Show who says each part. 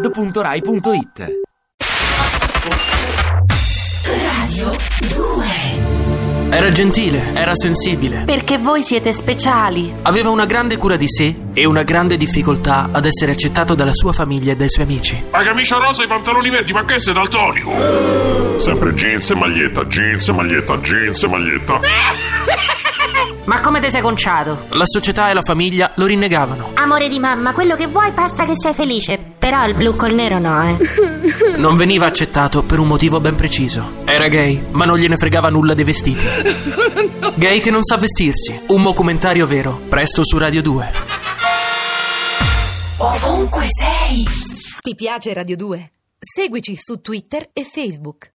Speaker 1: radio2pod.rai.it
Speaker 2: Era gentile, era sensibile,
Speaker 3: Perché voi siete speciali.
Speaker 2: aveva una grande cura di sé e una grande difficoltà ad essere accettato dalla sua famiglia e dai suoi amici.
Speaker 4: La camicia rosa e i pantaloni verdi, ma che sei daltonico? Sempre jeans e maglietta, jeans e maglietta, jeans e maglietta.
Speaker 3: Ma come ti sei conciato?
Speaker 2: La società e la famiglia lo rinnegavano.
Speaker 5: Amore di mamma, quello che vuoi basta che sei felice. Però il blu col nero no, eh.
Speaker 2: Non veniva accettato per un motivo ben preciso. Era gay, ma non gliene fregava nulla dei vestiti. Gay che non sa vestirsi. Un documentario vero, presto su Radio 2.
Speaker 6: Ti piace Radio 2? Seguici su Twitter e Facebook.